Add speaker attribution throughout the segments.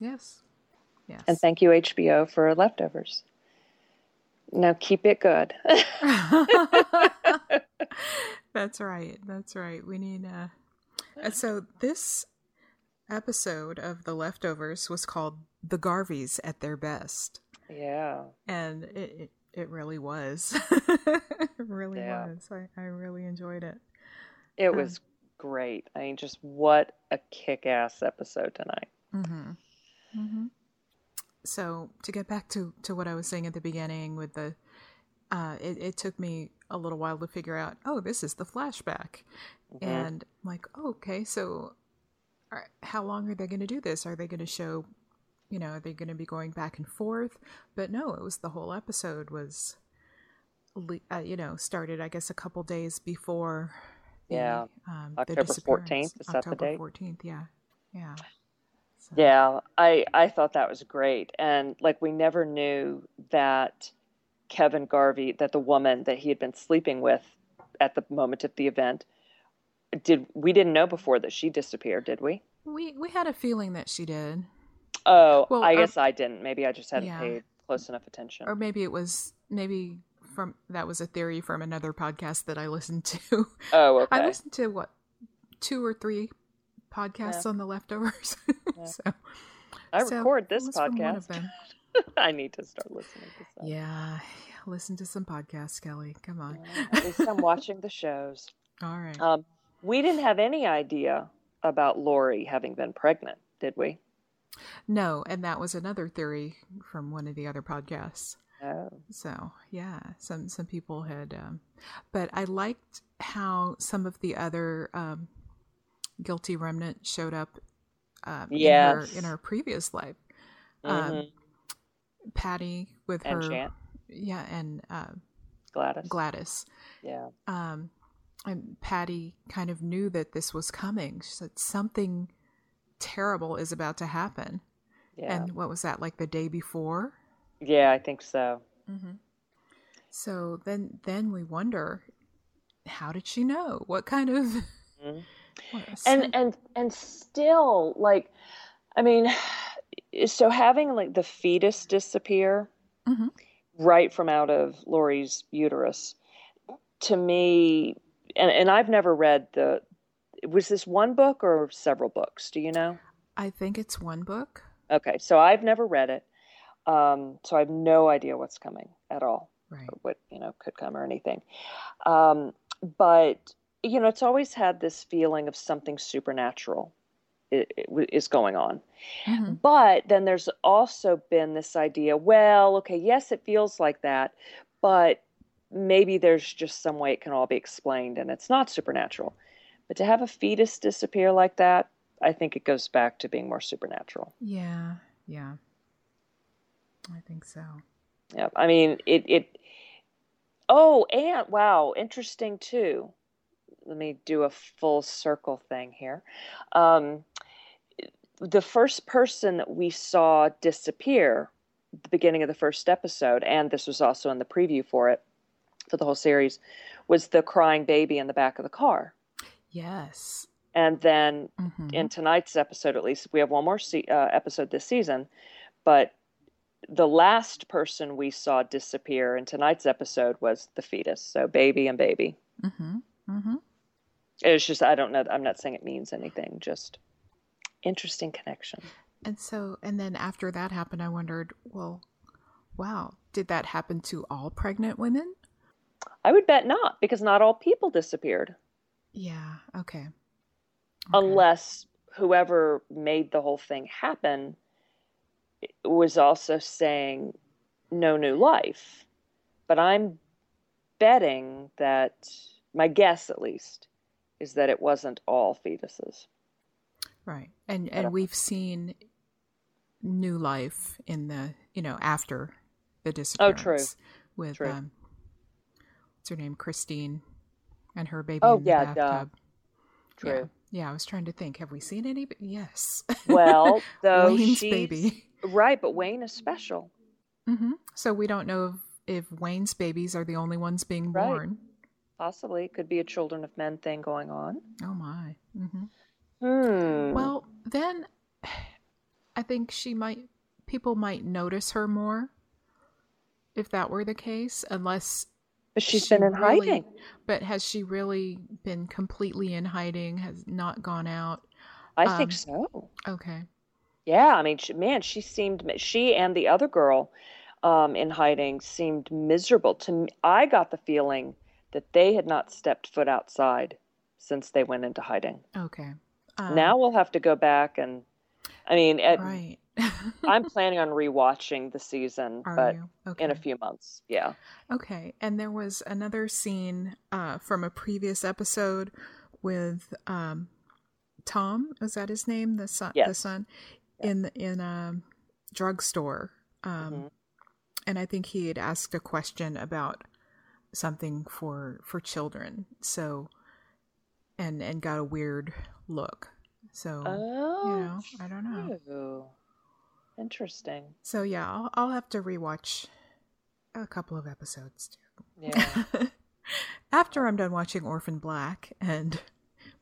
Speaker 1: Yes. Yes.
Speaker 2: And thank you, HBO, for leftovers. Now keep it good.
Speaker 1: That's right. That's right. We need uh and so this episode of The Leftovers was called The Garveys at Their Best.
Speaker 2: yeah.
Speaker 1: And it it, it really was. it really
Speaker 2: Yeah.
Speaker 1: was. I, I really enjoyed it.
Speaker 2: It
Speaker 1: Um,
Speaker 2: was great. I mean, just what a kick ass episode tonight.
Speaker 1: Mm-hmm. Mm-hmm. So to get back to to what I was saying at the beginning with the, uh, it, it took me a little while to figure out. Oh, this is the flashback,
Speaker 2: Mhm.
Speaker 1: and I'm like, oh, okay, so, are, how long are they going to do this? Are they going to show, you know, are they going to be going back and forth? But no, it was the whole episode was, le- uh, you know, started I guess a couple days before. the,
Speaker 2: Yeah.
Speaker 1: um,
Speaker 2: October 14th,
Speaker 1: disappearance.
Speaker 2: is that the
Speaker 1: October
Speaker 2: date?
Speaker 1: 14th, yeah, yeah. So-
Speaker 2: Yeah, I I thought that was great, and like we never knew that Kevin Garvey, that the woman that he had been sleeping with at the moment of the event, did we didn't know before that she disappeared, did we?
Speaker 1: We we had a feeling that she did,
Speaker 2: Oh,
Speaker 1: Well,
Speaker 2: I
Speaker 1: um,
Speaker 2: guess I didn't. Maybe I just hadn't
Speaker 1: yeah. Um,
Speaker 2: paid close enough attention.
Speaker 1: or maybe it was maybe from that was a theory from another podcast that I listened to.
Speaker 2: oh, okay.
Speaker 1: I listened to what two or three podcasts on the leftovers.
Speaker 2: Yeah.
Speaker 1: so
Speaker 2: I
Speaker 1: so
Speaker 2: record this
Speaker 1: listen to One of
Speaker 2: podcast.
Speaker 1: them.
Speaker 2: I need to start listening to stuff.
Speaker 1: Yeah, listen to some podcasts, Kelly. Come on.
Speaker 2: Yeah, At least I'm watching the shows.
Speaker 1: All right.
Speaker 2: Um, we didn't have any idea about Lori having been pregnant, did we?
Speaker 1: no, and that was another theory from one of the other podcasts. Um,
Speaker 2: No.
Speaker 1: So yeah, some some people had, um, but I liked how some of the other um, guilty remnant showed up. Um, in,
Speaker 2: Yes.
Speaker 1: her, in her previous life,
Speaker 2: Mhm.
Speaker 1: um, Patty with
Speaker 2: and
Speaker 1: her,
Speaker 2: Chan-
Speaker 1: yeah, and uh,
Speaker 2: Gladys.
Speaker 1: Gladys.
Speaker 2: yeah.
Speaker 1: Um, and Patty kind of knew that this was coming. She said something terrible is about to happen.
Speaker 2: Yeah.
Speaker 1: And what was that like the day before?
Speaker 2: yeah, I think so.
Speaker 1: Mm-hmm. So then, then we wonder, how did she know? What kind of
Speaker 2: Mhm.
Speaker 1: what-
Speaker 2: and and and still like i mean so having like the fetus disappear
Speaker 1: Mhm.
Speaker 2: right from out of lori's uterus to me and, and i've never read the was this one book or several books do you know
Speaker 1: I think it's one book.
Speaker 2: okay so i've never read it um, so i have no idea what's coming at all
Speaker 1: Right.
Speaker 2: or what you know could come or anything um, but you know it's always had this feeling of something supernatural i- i- is going on
Speaker 1: Mhm.
Speaker 2: but then there's also been this idea well okay yes it feels like that but maybe there's just some way it can all be explained and it's not supernatural but to have a fetus disappear like that i think it goes back to being more supernatural
Speaker 1: Yeah. Yeah. I think so.
Speaker 2: Yeah, I mean it. It. Oh, and wow, interesting too. Let me do a full circle thing here. Um, the first person that we saw disappear at the beginning of the first episode, and this was also in the preview for it for the whole series, was the crying baby in the back of the car.
Speaker 1: Yes.
Speaker 2: And then
Speaker 1: Mhm.
Speaker 2: in tonight's episode, at least we have one more se- uh, episode this season, but the last person we saw disappear in tonight's episode was the fetus. So baby and baby.
Speaker 1: Mhm. Mhm.
Speaker 2: It's just I don't know. I'm not saying it means anything. Just interesting connection.
Speaker 1: And so, and then after that happened, I wondered, well, wow, did that happen to all pregnant women?
Speaker 2: I would bet not because not all people disappeared
Speaker 1: Yeah. Okay. Okay.
Speaker 2: unless whoever made the whole thing happen was also saying no new life. But I'm betting that my guess at least is that it wasn't all fetuses.
Speaker 1: Right. And
Speaker 2: don't-
Speaker 1: and we've seen new life in the you know after the
Speaker 2: Oh, true.
Speaker 1: disappearance. With
Speaker 2: True.
Speaker 1: um, what's her name, Christine, and her baby
Speaker 2: Oh,
Speaker 1: in the
Speaker 2: yeah, duh.
Speaker 1: bathtub. Yeah.
Speaker 2: True.
Speaker 1: Yeah, I was trying to think. Have we seen any? But yes.
Speaker 2: Well, though
Speaker 1: Wayne's
Speaker 2: Oh, she's
Speaker 1: baby.
Speaker 2: right, but Wayne is special.
Speaker 1: hmm So we don't know if, if Wayne's babies are the only ones being
Speaker 2: Right.
Speaker 1: born.
Speaker 2: Possibly, it could be a Children of Men thing going on.
Speaker 1: Mm-hmm. Oh my. hmm
Speaker 2: Hmm.
Speaker 1: Well, then I think she might people might notice her more if that were the case, unless
Speaker 2: But she's
Speaker 1: she
Speaker 2: been in
Speaker 1: really-
Speaker 2: hiding.
Speaker 1: But has she really been completely in hiding? Has not gone out?
Speaker 2: I think
Speaker 1: um,
Speaker 2: so.
Speaker 1: Okay.
Speaker 2: Yeah, I mean, she, man, she seemed she and the other girl um, in hiding seemed miserable. To me, I got the feeling that they had not stepped foot outside since they went into hiding.
Speaker 1: Okay. Um,
Speaker 2: now we'll have to go back and, I mean, at,
Speaker 1: right?
Speaker 2: I'm planning on rewatching the season,
Speaker 1: Are
Speaker 2: but
Speaker 1: you okay?
Speaker 2: in a few months. Yeah.
Speaker 1: Okay, and there was another scene uh, from a previous episode with um, Tom. Is that his name? The son. The
Speaker 2: Yes.
Speaker 1: son
Speaker 2: Yeah.
Speaker 1: in in a drugstore. Um,
Speaker 2: Mhm.
Speaker 1: And I think he had asked a question about something for for children. So, and and got a weird look. So you
Speaker 2: Oh,
Speaker 1: know, I don't know.
Speaker 2: true. Interesting.
Speaker 1: So yeah, I'll, I'll have to rewatch a couple of episodes too.
Speaker 2: Yeah.
Speaker 1: After I'm done watching Orphan Black and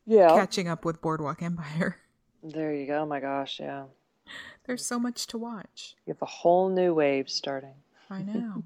Speaker 2: yeah.
Speaker 1: catching up with Boardwalk Empire,
Speaker 2: There you go. Oh my gosh. Yeah.
Speaker 1: there's so much to watch.
Speaker 2: You have a whole new wave starting.
Speaker 1: I know.